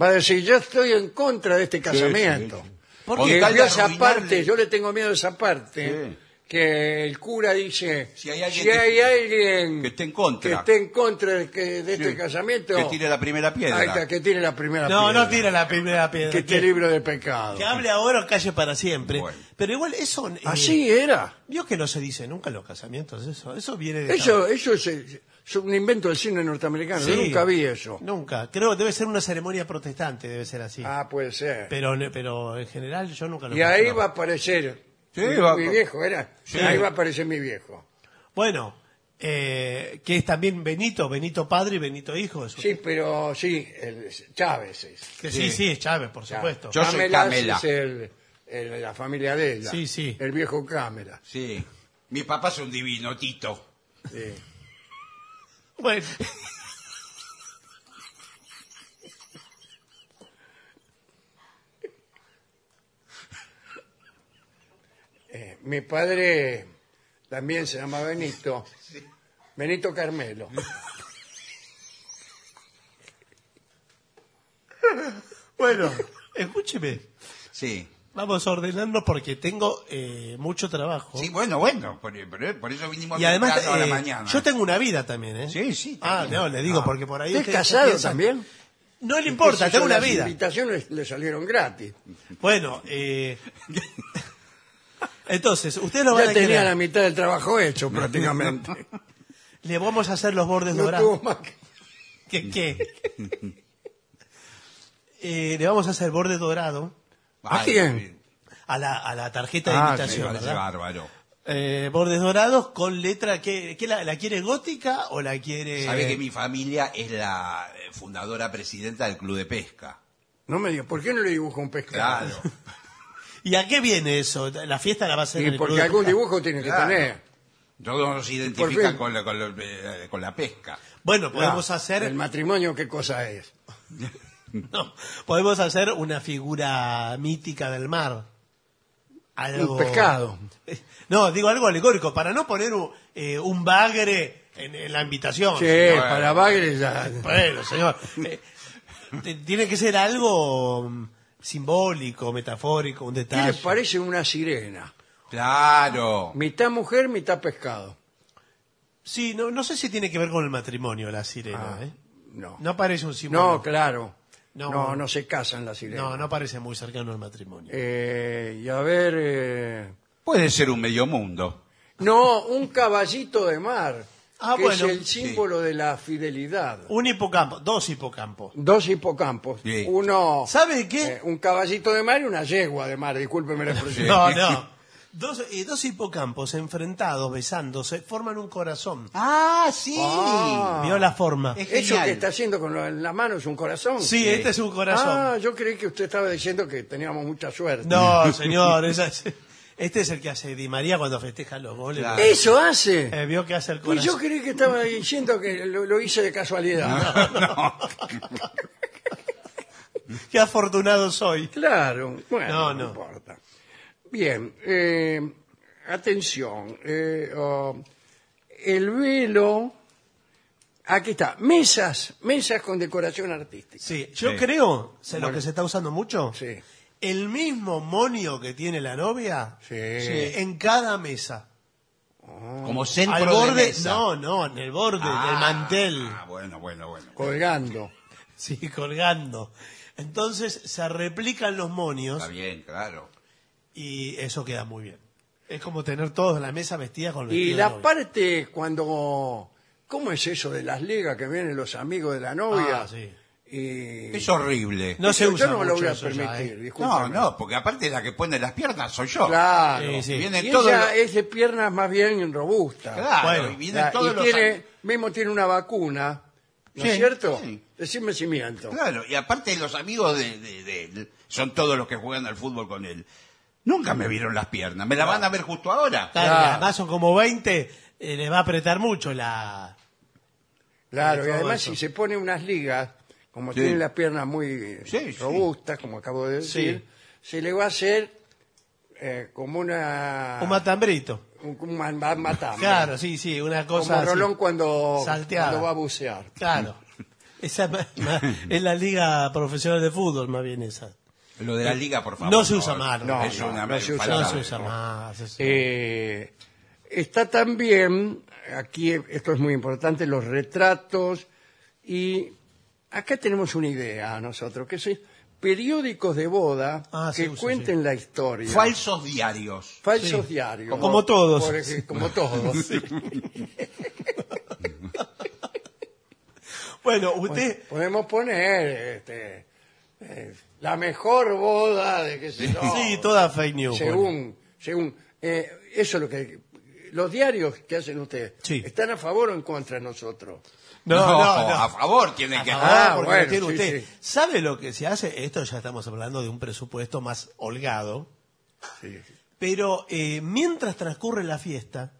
[SPEAKER 2] Va a decir, yo estoy en contra de este casamiento.
[SPEAKER 3] sí, sí.
[SPEAKER 1] Porque
[SPEAKER 2] Porque
[SPEAKER 3] Con tal de
[SPEAKER 2] esa
[SPEAKER 3] arruinarle-
[SPEAKER 2] parte, yo le tengo miedo a esa parte,
[SPEAKER 3] Sí.
[SPEAKER 2] que el cura dice,
[SPEAKER 3] Si hay alguien
[SPEAKER 2] "Si
[SPEAKER 3] que-
[SPEAKER 2] hay alguien
[SPEAKER 3] que esté en contra".
[SPEAKER 2] que esté en contra de, que- de este
[SPEAKER 3] Sí.
[SPEAKER 2] casamiento,
[SPEAKER 3] Que tire la primera piedra.
[SPEAKER 2] ahí está, que tire la primera
[SPEAKER 1] No,
[SPEAKER 2] piedra.
[SPEAKER 1] no tira la primera piedra.
[SPEAKER 2] Que esté libre de pecado.
[SPEAKER 1] que hable ahora o calle para siempre.
[SPEAKER 3] Bueno.
[SPEAKER 1] Pero igual eso... eh,
[SPEAKER 2] Así era.
[SPEAKER 1] Vio que no se dice nunca en los casamientos eso. Eso viene de...
[SPEAKER 2] Eso, eso es, eh, es un invento del cine norteamericano. Yo
[SPEAKER 1] Sí.
[SPEAKER 2] nunca vi eso.
[SPEAKER 1] Nunca. Creo que debe ser una ceremonia protestante, debe ser así.
[SPEAKER 2] Ah, puede ser.
[SPEAKER 1] Pero, pero en general yo nunca lo
[SPEAKER 2] Y ahí
[SPEAKER 1] escucho, no.
[SPEAKER 2] va a aparecer
[SPEAKER 3] Sí,
[SPEAKER 2] mi,
[SPEAKER 3] va-
[SPEAKER 2] mi viejo, ¿era?
[SPEAKER 3] Sí.
[SPEAKER 2] Ahí va a aparecer mi viejo.
[SPEAKER 1] Bueno, eh, que es también Benito, Benito padre y Benito hijo. es-
[SPEAKER 2] Sí, pero sí, el Chávez es.
[SPEAKER 1] que sí,
[SPEAKER 3] sí.
[SPEAKER 1] sí, es Chávez, por supuesto.
[SPEAKER 3] Yo soy
[SPEAKER 2] Camelas
[SPEAKER 3] Camela.
[SPEAKER 2] es el, el- la familia de ella.
[SPEAKER 1] Sí, sí.
[SPEAKER 2] El viejo Cámara.
[SPEAKER 3] Sí. Mi papá es un divino, Tito.
[SPEAKER 2] Sí.
[SPEAKER 1] Bueno,
[SPEAKER 2] Eh, mi padre también se llama Benito. Benito Carmelo.
[SPEAKER 1] Bueno, escúcheme.
[SPEAKER 3] Sí.
[SPEAKER 1] Vamos ordenando porque tengo eh, mucho trabajo.
[SPEAKER 3] Sí, bueno, bueno, por, por- por eso vinimos
[SPEAKER 1] Y además,
[SPEAKER 3] temprano a la
[SPEAKER 1] eh,
[SPEAKER 3] mañana.
[SPEAKER 1] yo tengo una vida también, ¿eh?
[SPEAKER 3] Sí, sí,
[SPEAKER 1] Ah,
[SPEAKER 3] también.
[SPEAKER 1] no, le digo, porque por ahí...
[SPEAKER 2] ¿Usted es
[SPEAKER 1] ustedes
[SPEAKER 2] casado
[SPEAKER 1] piensan-
[SPEAKER 2] también?
[SPEAKER 1] No le importa,
[SPEAKER 2] Entonces,
[SPEAKER 1] tengo una
[SPEAKER 2] las
[SPEAKER 1] vida.
[SPEAKER 2] invitaciones le salieron gratis.
[SPEAKER 1] Bueno, eh... entonces, ustedes lo van
[SPEAKER 2] Ya
[SPEAKER 1] a
[SPEAKER 2] tenía
[SPEAKER 1] querer.
[SPEAKER 2] la mitad del trabajo hecho prácticamente.
[SPEAKER 1] Le vamos a hacer los bordes
[SPEAKER 2] No
[SPEAKER 1] dorados.
[SPEAKER 2] tuvo más que-
[SPEAKER 1] ¿Qué? qué? Eh, le vamos a hacer borde dorado
[SPEAKER 2] ¿A quién?
[SPEAKER 1] a la, a la tarjeta de
[SPEAKER 2] Ah,
[SPEAKER 3] sí, me
[SPEAKER 1] invitación,
[SPEAKER 3] parece
[SPEAKER 1] ¿verdad?
[SPEAKER 3] bárbaro.
[SPEAKER 1] Eh, bordes dorados con letra que, que la, la quiere gótica o la quiere
[SPEAKER 3] Sabe que mi familia es la eh, fundadora presidenta del Club de Pesca.
[SPEAKER 2] No me diga, ¿por qué no le dibujo un pescado?
[SPEAKER 3] Claro.
[SPEAKER 1] y a qué viene eso la fiesta la va a hacer en
[SPEAKER 2] Y
[SPEAKER 1] el
[SPEAKER 2] porque
[SPEAKER 1] club de
[SPEAKER 2] algún
[SPEAKER 1] pesca.
[SPEAKER 2] dibujo tiene que
[SPEAKER 3] Claro.
[SPEAKER 2] tener.
[SPEAKER 3] Todos nos
[SPEAKER 2] Por
[SPEAKER 3] identifican
[SPEAKER 2] fin.
[SPEAKER 3] con la, con, la- eh, con la pesca.
[SPEAKER 1] bueno podemos
[SPEAKER 2] Ah,
[SPEAKER 1] hacer
[SPEAKER 2] El matrimonio, ¿qué cosa es?
[SPEAKER 1] no, podemos hacer una figura mítica del mar algo
[SPEAKER 2] Un pescado.
[SPEAKER 1] no digo algo alegórico para no poner un, eh, un bagre en, en la invitación
[SPEAKER 2] Sí,
[SPEAKER 3] bueno.
[SPEAKER 2] para Bagre ya.
[SPEAKER 1] Bueno, señor. eh, t- tiene que ser algo mm, simbólico, metafórico, un
[SPEAKER 2] ¿Qué
[SPEAKER 1] detalle.
[SPEAKER 2] le parece una sirena?
[SPEAKER 3] Claro.
[SPEAKER 2] Mitad mujer, mitad pescado.
[SPEAKER 1] Sí, no, no sé si tiene que ver con el matrimonio la sirena.
[SPEAKER 2] Ah,
[SPEAKER 1] ¿eh?
[SPEAKER 2] No.
[SPEAKER 1] No parece un
[SPEAKER 2] No,
[SPEAKER 1] símbolo.
[SPEAKER 2] claro.
[SPEAKER 1] No.
[SPEAKER 2] No, no, se casan las sirenas.
[SPEAKER 1] no, no parece muy cercano al matrimonio.
[SPEAKER 2] Eh, y a ver. eh,
[SPEAKER 3] Puede ser un medio mundo.
[SPEAKER 2] No, un caballito de mar.
[SPEAKER 1] Ah,
[SPEAKER 2] que
[SPEAKER 1] bueno.
[SPEAKER 2] Es el símbolo de la fidelidad.
[SPEAKER 1] Un hipocampo, dos hipocampos.
[SPEAKER 2] Dos hipocampos.
[SPEAKER 3] Sí.
[SPEAKER 2] Uno.
[SPEAKER 1] ¿Sabe qué?
[SPEAKER 2] eh, un caballito de mar y una yegua de mar, discúlpeme la expresión.
[SPEAKER 1] No, no. Dos, eh, dos hipocampos enfrentados, besándose, forman un corazón.
[SPEAKER 3] Ah, sí.
[SPEAKER 2] Ah.
[SPEAKER 1] ¿Vio la forma?
[SPEAKER 3] Es-
[SPEAKER 2] Eso
[SPEAKER 3] genial.
[SPEAKER 2] que está haciendo con la, la mano es un corazón.
[SPEAKER 1] Sí, este es un corazón.
[SPEAKER 2] Ah, yo creí que usted estaba diciendo que teníamos mucha suerte.
[SPEAKER 1] No, señor. esa es- este es el que hace Di María cuando festeja los goles.
[SPEAKER 3] Claro.
[SPEAKER 2] Eso hace.
[SPEAKER 1] Eh, vio que hace el
[SPEAKER 2] Y
[SPEAKER 1] corazón.
[SPEAKER 2] yo creí que estaba diciendo que lo, lo hice de casualidad.
[SPEAKER 3] No.
[SPEAKER 1] Qué afortunado soy.
[SPEAKER 2] Claro,
[SPEAKER 1] No,
[SPEAKER 2] bueno, no,
[SPEAKER 1] no.
[SPEAKER 2] importa. Bien, eh, atención. eh, oh, el velo. Aquí está, mesas, mesas con decoración artística.
[SPEAKER 1] Sí, yo
[SPEAKER 3] Sí.
[SPEAKER 1] creo, sé lo
[SPEAKER 2] Bueno.
[SPEAKER 1] que se está usando mucho.
[SPEAKER 2] Sí.
[SPEAKER 1] El mismo monio que tiene la novia
[SPEAKER 2] Sí.
[SPEAKER 1] en cada mesa.
[SPEAKER 3] Como centro
[SPEAKER 1] Al borde,
[SPEAKER 3] de mesa.
[SPEAKER 1] no, no, en el borde
[SPEAKER 3] Ah,
[SPEAKER 1] del mantel.
[SPEAKER 3] Ah, bueno, bueno, bueno.
[SPEAKER 2] Colgando.
[SPEAKER 1] Sí, colgando. Entonces se replican los monios
[SPEAKER 3] Está bien, claro.
[SPEAKER 1] y eso queda muy bien. Es como tener todos en la mesa vestida con vestido
[SPEAKER 2] Y
[SPEAKER 1] de
[SPEAKER 2] la
[SPEAKER 1] novia.
[SPEAKER 2] parte cuando... ¿Cómo es eso de las ligas que vienen los amigos de la novia?
[SPEAKER 1] Ah, sí.
[SPEAKER 2] Y-
[SPEAKER 3] Es horrible.
[SPEAKER 1] No se
[SPEAKER 2] yo
[SPEAKER 1] usa
[SPEAKER 2] no me lo
[SPEAKER 1] mucho
[SPEAKER 2] voy a
[SPEAKER 1] eso ya,
[SPEAKER 2] permitir,
[SPEAKER 1] ¿eh?
[SPEAKER 3] no,
[SPEAKER 2] discúlpame.
[SPEAKER 3] no, porque aparte la que pone las piernas soy yo.
[SPEAKER 2] Claro.
[SPEAKER 1] Sí, sí.
[SPEAKER 3] Y Vienen
[SPEAKER 2] Y
[SPEAKER 3] todos
[SPEAKER 2] ella
[SPEAKER 3] los-
[SPEAKER 2] es de piernas más bien robustas.
[SPEAKER 3] Claro,
[SPEAKER 1] Bueno,
[SPEAKER 3] y vienen
[SPEAKER 2] Ya,
[SPEAKER 3] todos
[SPEAKER 2] y
[SPEAKER 3] los
[SPEAKER 2] tiene, mismo tiene una vacuna, ¿no es
[SPEAKER 1] Sí,
[SPEAKER 2] cierto?
[SPEAKER 3] sí.
[SPEAKER 2] Decime si miento.
[SPEAKER 3] Claro, y aparte los amigos de, de- de él son todos los que juegan al fútbol con él. Nunca me vieron las piernas, me la van a ver justo ahora.
[SPEAKER 1] Claro,
[SPEAKER 2] Claro.
[SPEAKER 1] Además son como 20, eh, les va a apretar mucho la...
[SPEAKER 2] Claro, y
[SPEAKER 1] Todo
[SPEAKER 2] además
[SPEAKER 1] eso.
[SPEAKER 2] si se pone unas ligas, como
[SPEAKER 3] Sí.
[SPEAKER 2] tiene las piernas muy eh,
[SPEAKER 3] Sí, sí.
[SPEAKER 2] robustas, como acabo de decir, se le va a hacer eh, como una...
[SPEAKER 1] Un matambrito.
[SPEAKER 2] un, un ma- ma- matambre.
[SPEAKER 1] Claro, sí, sí, una cosa
[SPEAKER 2] Como
[SPEAKER 1] así.
[SPEAKER 2] Rolón cuando,
[SPEAKER 1] Salteada.
[SPEAKER 2] cuando va a bucear.
[SPEAKER 1] Claro. Esa es ma- ma- es la liga profesional de fútbol, más bien esa.
[SPEAKER 3] Lo de la liga, por favor.
[SPEAKER 1] No se usa más,
[SPEAKER 2] no,
[SPEAKER 3] es una
[SPEAKER 2] no se usa
[SPEAKER 1] No
[SPEAKER 3] falta
[SPEAKER 1] se
[SPEAKER 3] de-
[SPEAKER 1] usa más. es-
[SPEAKER 2] Eh, está también, aquí esto es muy importante, los retratos y acá tenemos una idea nosotros, que es periódicos de boda
[SPEAKER 1] Ah,
[SPEAKER 2] que
[SPEAKER 1] se usa,
[SPEAKER 2] cuenten la historia.
[SPEAKER 3] Falsos diarios.
[SPEAKER 2] Falsos
[SPEAKER 1] Sí.
[SPEAKER 2] diarios.
[SPEAKER 1] Como todos.
[SPEAKER 2] Por ej- como todos. Eh,
[SPEAKER 1] Bueno, usted...
[SPEAKER 2] Podemos poner este, eh, la mejor boda de que se
[SPEAKER 1] sí, toda fake news. bueno.
[SPEAKER 2] Según, según eh, eso es lo que los diarios que hacen ustedes
[SPEAKER 1] Sí.
[SPEAKER 2] están a favor o en contra de nosotros.
[SPEAKER 1] No, no, no.
[SPEAKER 3] a favor tienen
[SPEAKER 1] A
[SPEAKER 3] que
[SPEAKER 1] favor,
[SPEAKER 3] estar.
[SPEAKER 2] Ah,
[SPEAKER 1] porque
[SPEAKER 2] bueno,
[SPEAKER 1] lo tiene
[SPEAKER 2] sí,
[SPEAKER 1] usted.
[SPEAKER 2] sí.
[SPEAKER 1] ¿Sabe lo que se hace? Esto ya estamos hablando de un presupuesto más holgado. Pero eh, mientras transcurre la fiesta,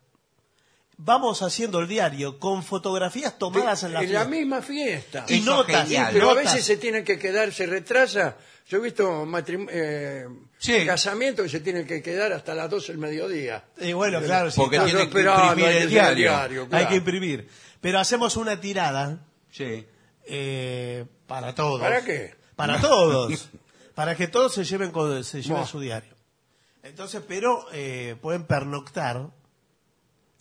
[SPEAKER 1] vamos haciendo el diario con fotografías tomadas en la
[SPEAKER 2] en la
[SPEAKER 1] fiesta.
[SPEAKER 2] misma fiesta.
[SPEAKER 1] Y
[SPEAKER 3] Eso
[SPEAKER 1] notas,
[SPEAKER 3] genial.
[SPEAKER 2] Pero a
[SPEAKER 1] notas.
[SPEAKER 2] veces se tienen que quedar, se retrasa. Yo he visto matrim- eh,
[SPEAKER 3] Sí.
[SPEAKER 2] casamientos que se tienen que quedar hasta las 12 del mediodía.
[SPEAKER 1] Y bueno, claro, sí,
[SPEAKER 3] Porque
[SPEAKER 1] claro,
[SPEAKER 2] Yo
[SPEAKER 3] tienen que
[SPEAKER 2] esperaba,
[SPEAKER 3] imprimir
[SPEAKER 2] hay que
[SPEAKER 3] el
[SPEAKER 2] hacer
[SPEAKER 3] diario.
[SPEAKER 1] hay que
[SPEAKER 2] claro.
[SPEAKER 1] imprimir. Pero hacemos una tirada
[SPEAKER 3] Sí.
[SPEAKER 1] eh, para todos.
[SPEAKER 2] ¿Para qué?
[SPEAKER 1] Para todos. para que todos se lleven, con- se lleven
[SPEAKER 2] Buah.
[SPEAKER 1] su diario. Entonces, pero eh, pueden pernoctar.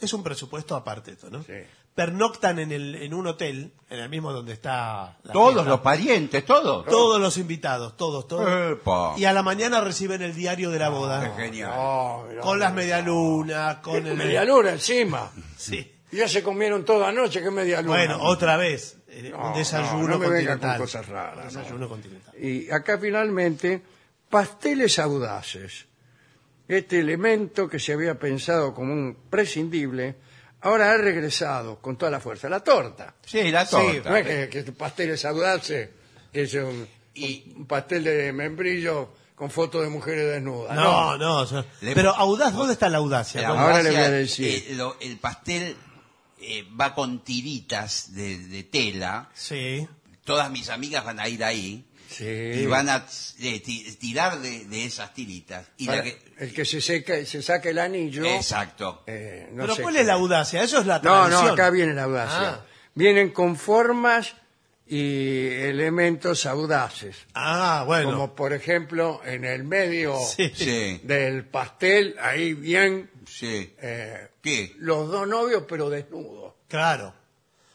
[SPEAKER 1] Es un presupuesto aparte esto, ¿no?
[SPEAKER 2] Sí.
[SPEAKER 1] Pernoctan en, el, en un hotel, en el mismo donde está... la
[SPEAKER 3] Todos
[SPEAKER 1] fiesta.
[SPEAKER 3] los parientes, todos.
[SPEAKER 1] Todos los invitados, todos, todos.
[SPEAKER 3] Epa.
[SPEAKER 1] Y a la mañana reciben el diario de la boda.
[SPEAKER 3] Qué genial.
[SPEAKER 2] No, no,
[SPEAKER 1] Con las
[SPEAKER 2] no.
[SPEAKER 1] medialunas, con el...
[SPEAKER 2] Medialuna encima.
[SPEAKER 1] Sí.
[SPEAKER 2] Ya se comieron toda noche, que medialuna.
[SPEAKER 1] Bueno, otra vez. eh,
[SPEAKER 2] No,
[SPEAKER 1] un desayuno
[SPEAKER 2] no, no me venga
[SPEAKER 1] continental.
[SPEAKER 2] con cosas raras,
[SPEAKER 1] Un desayuno continental.
[SPEAKER 2] Y acá finalmente, pasteles audaces. Este elemento que se había pensado como un prescindible, ahora ha regresado con toda la fuerza. La torta.
[SPEAKER 3] Sí, la torta.
[SPEAKER 2] No es que, que pasteles audaces es un,
[SPEAKER 3] Y-
[SPEAKER 2] un pastel de membrillo con fotos de mujeres desnudas.
[SPEAKER 1] No, no. señor.
[SPEAKER 3] Le-
[SPEAKER 1] Pero audaz, ¿dónde está la audacia?
[SPEAKER 3] La
[SPEAKER 1] ¿Dónde?
[SPEAKER 2] Ahora
[SPEAKER 3] audacia,
[SPEAKER 2] le voy a decir.
[SPEAKER 3] eh, lo- el pastel eh, va con tiritas de, de tela.
[SPEAKER 1] Sí.
[SPEAKER 3] Todas mis amigas van a ir ahí
[SPEAKER 2] Sí.
[SPEAKER 3] y van a eh, ti- tirar de, de esas tiritas. Y la
[SPEAKER 2] Para-
[SPEAKER 3] que-
[SPEAKER 2] El que se, seca, se saca el anillo.
[SPEAKER 3] Exacto.
[SPEAKER 2] eh, no
[SPEAKER 1] Pero
[SPEAKER 2] sé
[SPEAKER 1] ¿cuál
[SPEAKER 2] qué.
[SPEAKER 1] es la audacia? Eso es la
[SPEAKER 2] No,
[SPEAKER 1] tradición.
[SPEAKER 2] no, acá viene la audacia.
[SPEAKER 1] Ah.
[SPEAKER 2] Vienen con formas y elementos audaces.
[SPEAKER 1] Ah, bueno.
[SPEAKER 2] Como por ejemplo, en el medio
[SPEAKER 1] Sí.
[SPEAKER 3] Sí,
[SPEAKER 2] del pastel, ahí bien
[SPEAKER 3] sí.
[SPEAKER 2] eh,
[SPEAKER 3] ¿Qué?
[SPEAKER 2] los dos novios, pero desnudos.
[SPEAKER 1] Claro.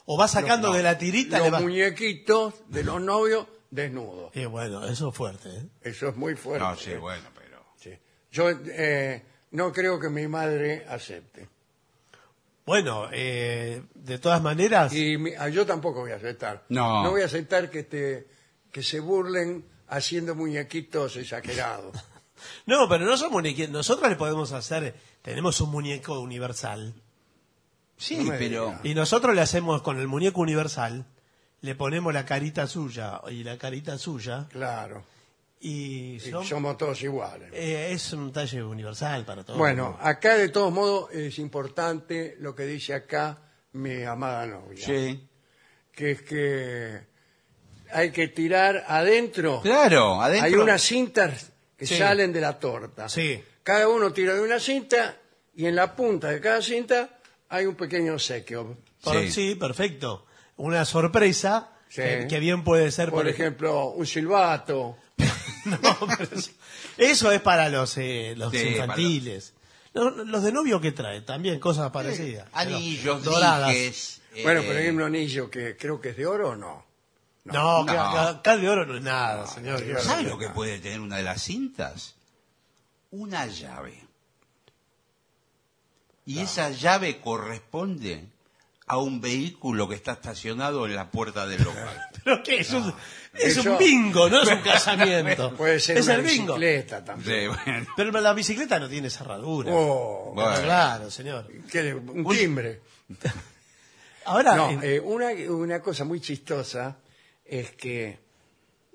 [SPEAKER 1] O va sacando de la tirita...
[SPEAKER 2] Los
[SPEAKER 1] le va...
[SPEAKER 2] muñequitos de los novios desnudos.
[SPEAKER 1] Y bueno, eso es fuerte. ¿eh?
[SPEAKER 2] Eso es muy fuerte.
[SPEAKER 3] No, sí, bueno, pero...
[SPEAKER 2] Sí. Yo eh, no creo que mi madre acepte.
[SPEAKER 1] Bueno, eh, de todas maneras...
[SPEAKER 2] Y mi- ah, yo tampoco voy a aceptar.
[SPEAKER 3] No.
[SPEAKER 2] voy a aceptar que, te, que se burlen haciendo muñequitos exagerados.
[SPEAKER 1] No, pero no somos muñequitos. Nosotros le podemos hacer... Tenemos un muñeco universal.
[SPEAKER 3] Sí,
[SPEAKER 2] No me
[SPEAKER 3] pero...
[SPEAKER 2] diga.
[SPEAKER 1] Y nosotros le hacemos con el muñeco universal, le ponemos la carita suya y la carita suya,
[SPEAKER 2] Claro.
[SPEAKER 1] y,
[SPEAKER 2] Y
[SPEAKER 1] son-
[SPEAKER 2] somos todos iguales.
[SPEAKER 1] eh, es un talle universal para todos.
[SPEAKER 2] Bueno, acá de todos modos es importante lo que dice acá mi amada novia.
[SPEAKER 3] Sí.
[SPEAKER 2] Que es que hay que tirar adentro.
[SPEAKER 3] Claro, adentro...
[SPEAKER 2] Hay unas cintas que
[SPEAKER 1] Sí.
[SPEAKER 2] salen de la torta.
[SPEAKER 1] Sí.
[SPEAKER 2] Cada uno tira de una cinta y en la punta de cada cinta hay un pequeño sequio.
[SPEAKER 1] Por- sí.
[SPEAKER 3] sí.
[SPEAKER 1] perfecto. Una sorpresa
[SPEAKER 2] Sí.
[SPEAKER 1] que, que bien puede ser,
[SPEAKER 2] Por,
[SPEAKER 1] por, ejemplo.
[SPEAKER 2] ejemplo, un silbato.
[SPEAKER 1] No, pero eso- eso es para los, eh, los
[SPEAKER 3] Sí,
[SPEAKER 1] infantiles. No, no, Los de novio que trae, también cosas parecidas. pero
[SPEAKER 3] Anillos,
[SPEAKER 1] doradas.
[SPEAKER 3] dijes... eh,
[SPEAKER 2] Bueno, pero hay un anillo que creo que es de oro o no.
[SPEAKER 1] No,
[SPEAKER 3] No.
[SPEAKER 1] ca- ca- de oro no es nada, señor.
[SPEAKER 2] no, no.
[SPEAKER 3] ¿Sabe lo que puede tener una de las cintas? Una llave. Y esa llave corresponde a un vehículo que está estacionado en la puerta del local.
[SPEAKER 1] Pero que es un, es
[SPEAKER 2] Eso-
[SPEAKER 1] un bingo, no es un casamiento.
[SPEAKER 2] Puede ser
[SPEAKER 1] es
[SPEAKER 2] una
[SPEAKER 1] el bingo.
[SPEAKER 2] bicicleta también.
[SPEAKER 3] Sí, bueno.
[SPEAKER 1] Pero la bicicleta no tiene cerradura.
[SPEAKER 2] Oh,
[SPEAKER 1] Pero
[SPEAKER 3] bueno.
[SPEAKER 1] Claro, señor.
[SPEAKER 2] que- un timbre.
[SPEAKER 1] Ahora,
[SPEAKER 2] No,
[SPEAKER 1] eh,
[SPEAKER 2] eh, una, una cosa muy chistosa es que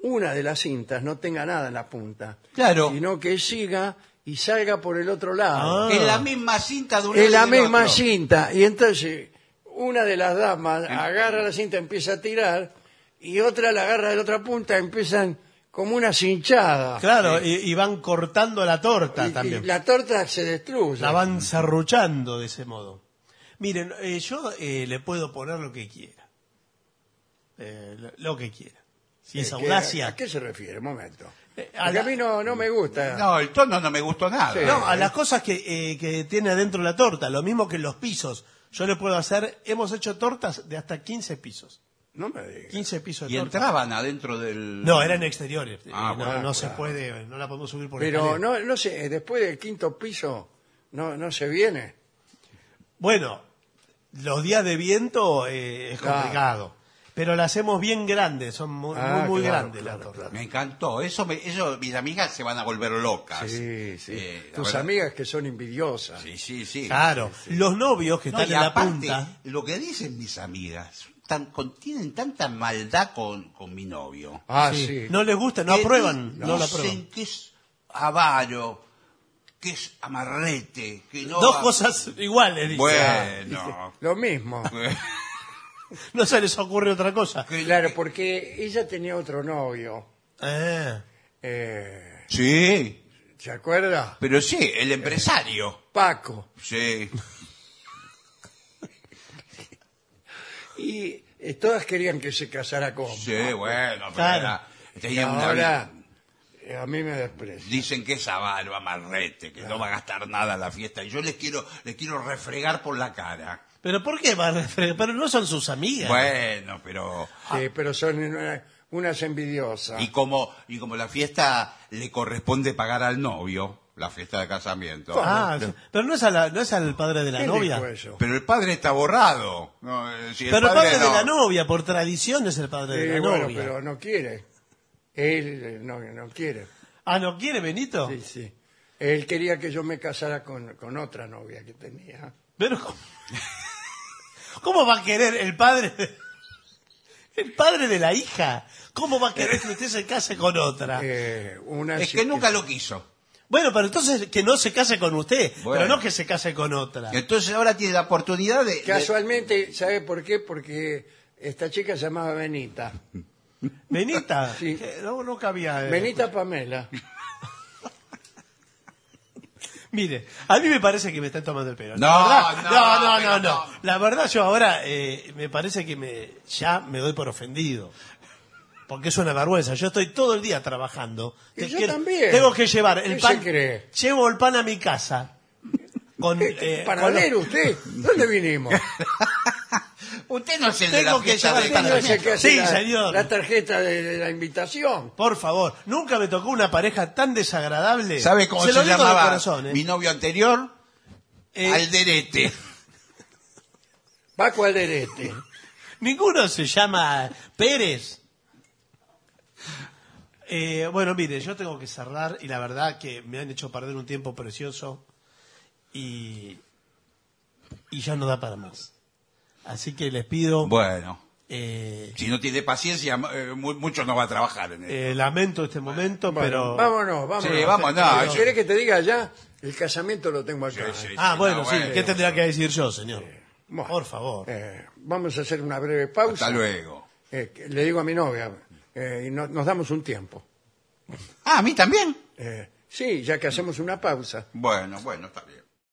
[SPEAKER 2] una de las cintas no tenga nada en la punta.
[SPEAKER 3] Claro.
[SPEAKER 2] Sino que siga y salga por el otro lado.
[SPEAKER 1] Ah.
[SPEAKER 3] En la misma cinta de un
[SPEAKER 2] Es
[SPEAKER 3] lado
[SPEAKER 2] la
[SPEAKER 3] y del
[SPEAKER 2] misma
[SPEAKER 3] otro.
[SPEAKER 2] cinta. Y entonces una de las damas agarra la cinta, empieza a tirar, y otra la agarra de la otra punta, empiezan como una cinchada.
[SPEAKER 1] claro, y, y van cortando la torta
[SPEAKER 2] Y- y
[SPEAKER 1] también. la...
[SPEAKER 2] la torta se destruye.
[SPEAKER 1] van serruchando de ese modo. Miren, eh, yo eh, le puedo poner lo que quiera. Eh, lo, lo que quiera. Si es
[SPEAKER 2] ¿Qué-
[SPEAKER 1] audacia.
[SPEAKER 2] ¿A qué se refiere? Un momento.
[SPEAKER 1] Eh, a
[SPEAKER 2] Porque
[SPEAKER 1] la-
[SPEAKER 2] a mí no, no me gusta.
[SPEAKER 3] No, el tono no me gustó nada.
[SPEAKER 2] Sí.
[SPEAKER 1] No, a las cosas que, eh, que tiene adentro la torta, lo mismo que los pisos. Yo le puedo hacer, hemos hecho tortas de hasta 15 pisos.
[SPEAKER 2] No me digas.
[SPEAKER 1] 15 pisos de
[SPEAKER 3] Y
[SPEAKER 1] torta.
[SPEAKER 3] entraban adentro del...
[SPEAKER 1] No, eran exteriores.
[SPEAKER 3] Ah,
[SPEAKER 1] Eh, no
[SPEAKER 2] bueno,
[SPEAKER 1] no se
[SPEAKER 2] claro.
[SPEAKER 1] puede, no la podemos subir por
[SPEAKER 2] Pero
[SPEAKER 1] escalera.
[SPEAKER 2] no, no sé, después del quinto piso no, no se viene.
[SPEAKER 1] Bueno, los días de viento eh, es
[SPEAKER 2] Claro.
[SPEAKER 1] complicado. Pero la hacemos bien grande, son muy,
[SPEAKER 2] Ah,
[SPEAKER 1] muy, muy
[SPEAKER 2] claro,
[SPEAKER 1] grandes
[SPEAKER 2] claro,
[SPEAKER 1] las tortas.
[SPEAKER 2] claro.
[SPEAKER 3] Me encantó. Eso, me- eso, mis amigas se van a volver locas.
[SPEAKER 2] Sí, sí.
[SPEAKER 3] Eh, la
[SPEAKER 2] Tus
[SPEAKER 3] verdad-
[SPEAKER 2] amigas que son envidiosas.
[SPEAKER 3] Sí, sí, sí.
[SPEAKER 1] Claro, los novios que
[SPEAKER 3] No,
[SPEAKER 1] están
[SPEAKER 3] y
[SPEAKER 1] en la
[SPEAKER 3] aparte,
[SPEAKER 1] punta.
[SPEAKER 3] Lo que dicen mis amigas, tan, contienen tanta maldad con, con mi novio.
[SPEAKER 2] Ah,
[SPEAKER 1] sí,
[SPEAKER 2] sí.
[SPEAKER 1] No les gusta, no
[SPEAKER 3] Que
[SPEAKER 1] aprueban,
[SPEAKER 3] di-
[SPEAKER 1] no la
[SPEAKER 3] Dicen
[SPEAKER 1] aprueban.
[SPEAKER 3] que es avaro, que es amarrete, que no...
[SPEAKER 1] Dos
[SPEAKER 3] va-
[SPEAKER 1] cosas iguales, dice.
[SPEAKER 3] Bueno,
[SPEAKER 2] Lo mismo.
[SPEAKER 1] No se les ocurre otra cosa.
[SPEAKER 3] que-
[SPEAKER 2] Claro, porque ella tenía otro novio.
[SPEAKER 1] Ah,
[SPEAKER 2] eh,
[SPEAKER 3] Sí,
[SPEAKER 2] ¿Se acuerda?
[SPEAKER 3] pero sí, el empresario.
[SPEAKER 2] Paco.
[SPEAKER 3] Sí.
[SPEAKER 2] Y eh, todas querían que se casara con.
[SPEAKER 3] Sí, bueno, pero
[SPEAKER 1] Claro.
[SPEAKER 3] era-
[SPEAKER 2] Y
[SPEAKER 3] tenía una
[SPEAKER 2] ahora
[SPEAKER 3] vida-
[SPEAKER 2] eh, a mí me desprecia.
[SPEAKER 3] Dicen que es avaro, amarrete, que no va a gastar nada en la fiesta. Y yo les quiero, les quiero refregar por la cara.
[SPEAKER 1] Pero ¿por qué va a refre- Pero no son sus amigas.
[SPEAKER 3] Bueno, pero...
[SPEAKER 1] Ah.
[SPEAKER 2] Sí, pero son una- unas envidiosas.
[SPEAKER 3] Y como, y como la fiesta le corresponde pagar al novio, la fiesta de casamiento.
[SPEAKER 1] Ah, sí. pero no es, a la- no es al padre de la
[SPEAKER 2] ¿Quién
[SPEAKER 1] novia.
[SPEAKER 2] dijo eso?
[SPEAKER 3] Pero el padre está borrado. No, eh, si el
[SPEAKER 1] Pero el padre de
[SPEAKER 3] no-
[SPEAKER 1] la novia, por tradición, es el padre de
[SPEAKER 2] Sí,
[SPEAKER 1] la
[SPEAKER 2] bueno,
[SPEAKER 1] novia.
[SPEAKER 2] pero no quiere. Él eh, no, no quiere.
[SPEAKER 1] Ah, ¿no quiere Benito?
[SPEAKER 2] Sí, sí. Él quería que yo me casara con, con otra novia que tenía.
[SPEAKER 1] Pero ¿cómo? ¿Cómo va a querer el padre de- el padre de la hija? ¿Cómo va a querer que usted se case con otra?
[SPEAKER 2] Eh, una
[SPEAKER 3] Es
[SPEAKER 2] sí
[SPEAKER 3] que nunca lo quiso.
[SPEAKER 1] Bueno, pero entonces que no se case con usted,
[SPEAKER 3] Bueno.
[SPEAKER 1] pero no que se case con otra.
[SPEAKER 2] Eh.
[SPEAKER 3] Entonces ahora tiene la oportunidad de... de-
[SPEAKER 2] Casualmente, ¿sabe por qué? Porque esta chica se llamaba Benita.
[SPEAKER 1] Benita,
[SPEAKER 2] Sí.
[SPEAKER 1] que no, no cabía. eh.
[SPEAKER 2] Benita Pamela.
[SPEAKER 1] Mire, a mí me parece que me están tomando el pelo.
[SPEAKER 3] No,
[SPEAKER 1] La verdad-
[SPEAKER 3] no,
[SPEAKER 1] no, no,
[SPEAKER 3] pero
[SPEAKER 1] no, no.
[SPEAKER 3] no.
[SPEAKER 1] La verdad yo ahora eh, me parece que me ya me doy por ofendido. Porque es una vergüenza. Yo estoy todo el día trabajando.
[SPEAKER 2] Y
[SPEAKER 1] Te
[SPEAKER 2] yo también.
[SPEAKER 1] Tengo que llevar el
[SPEAKER 2] ¿Qué
[SPEAKER 1] pan.
[SPEAKER 2] se cree?
[SPEAKER 1] Llevo el pan a mi casa. Con, eh,
[SPEAKER 2] Panadero
[SPEAKER 1] con-
[SPEAKER 2] usted. ¿Dónde vinimos?
[SPEAKER 3] Usted no es el de
[SPEAKER 1] Tengo
[SPEAKER 3] la
[SPEAKER 1] que
[SPEAKER 3] fiesta
[SPEAKER 1] llevar
[SPEAKER 3] de
[SPEAKER 1] el
[SPEAKER 2] Usted no es el
[SPEAKER 3] casamiento.
[SPEAKER 2] que hace
[SPEAKER 1] Sí,
[SPEAKER 2] la,
[SPEAKER 1] señor.
[SPEAKER 2] la tarjeta de, de la invitación.
[SPEAKER 1] Por favor, nunca me tocó una pareja tan desagradable.
[SPEAKER 3] ¿Sabe cómo se,
[SPEAKER 1] lo digo de
[SPEAKER 3] llamaba
[SPEAKER 1] corazón, eh.
[SPEAKER 3] mi novio anterior?
[SPEAKER 1] Eh,
[SPEAKER 3] Alderete.
[SPEAKER 2] Paco Alderete.
[SPEAKER 1] Ninguno se llama Pérez. Eh, bueno, mire, yo tengo que cerrar y la verdad que me han hecho perder un tiempo precioso y, y ya no da para más. Así que les pido,
[SPEAKER 3] Bueno,
[SPEAKER 1] eh,
[SPEAKER 3] si no tiene paciencia, eh, mu- mucho no va a trabajar en esto.
[SPEAKER 1] eh, lamento este momento, pero...
[SPEAKER 2] Vámonos, vámonos.
[SPEAKER 3] Sí, vámonos.
[SPEAKER 2] Pero, ¿Querés que te diga ya? El casamiento lo tengo acá. ¿eh?
[SPEAKER 3] Sí, sí,
[SPEAKER 1] Ah,
[SPEAKER 3] sí,
[SPEAKER 1] bueno,
[SPEAKER 3] no,
[SPEAKER 1] sí,
[SPEAKER 3] bueno.
[SPEAKER 1] ¿qué tendría que decir yo, señor?
[SPEAKER 2] Bueno.
[SPEAKER 1] Por favor.
[SPEAKER 2] Eh, vamos a hacer una breve pausa.
[SPEAKER 3] Hasta luego.
[SPEAKER 2] Eh, que- le digo a mi novia, eh, y no- nos damos un tiempo.
[SPEAKER 3] Ah, a mí también.
[SPEAKER 2] Eh, sí, ya que hacemos una pausa.
[SPEAKER 3] Bueno, bueno, está bien.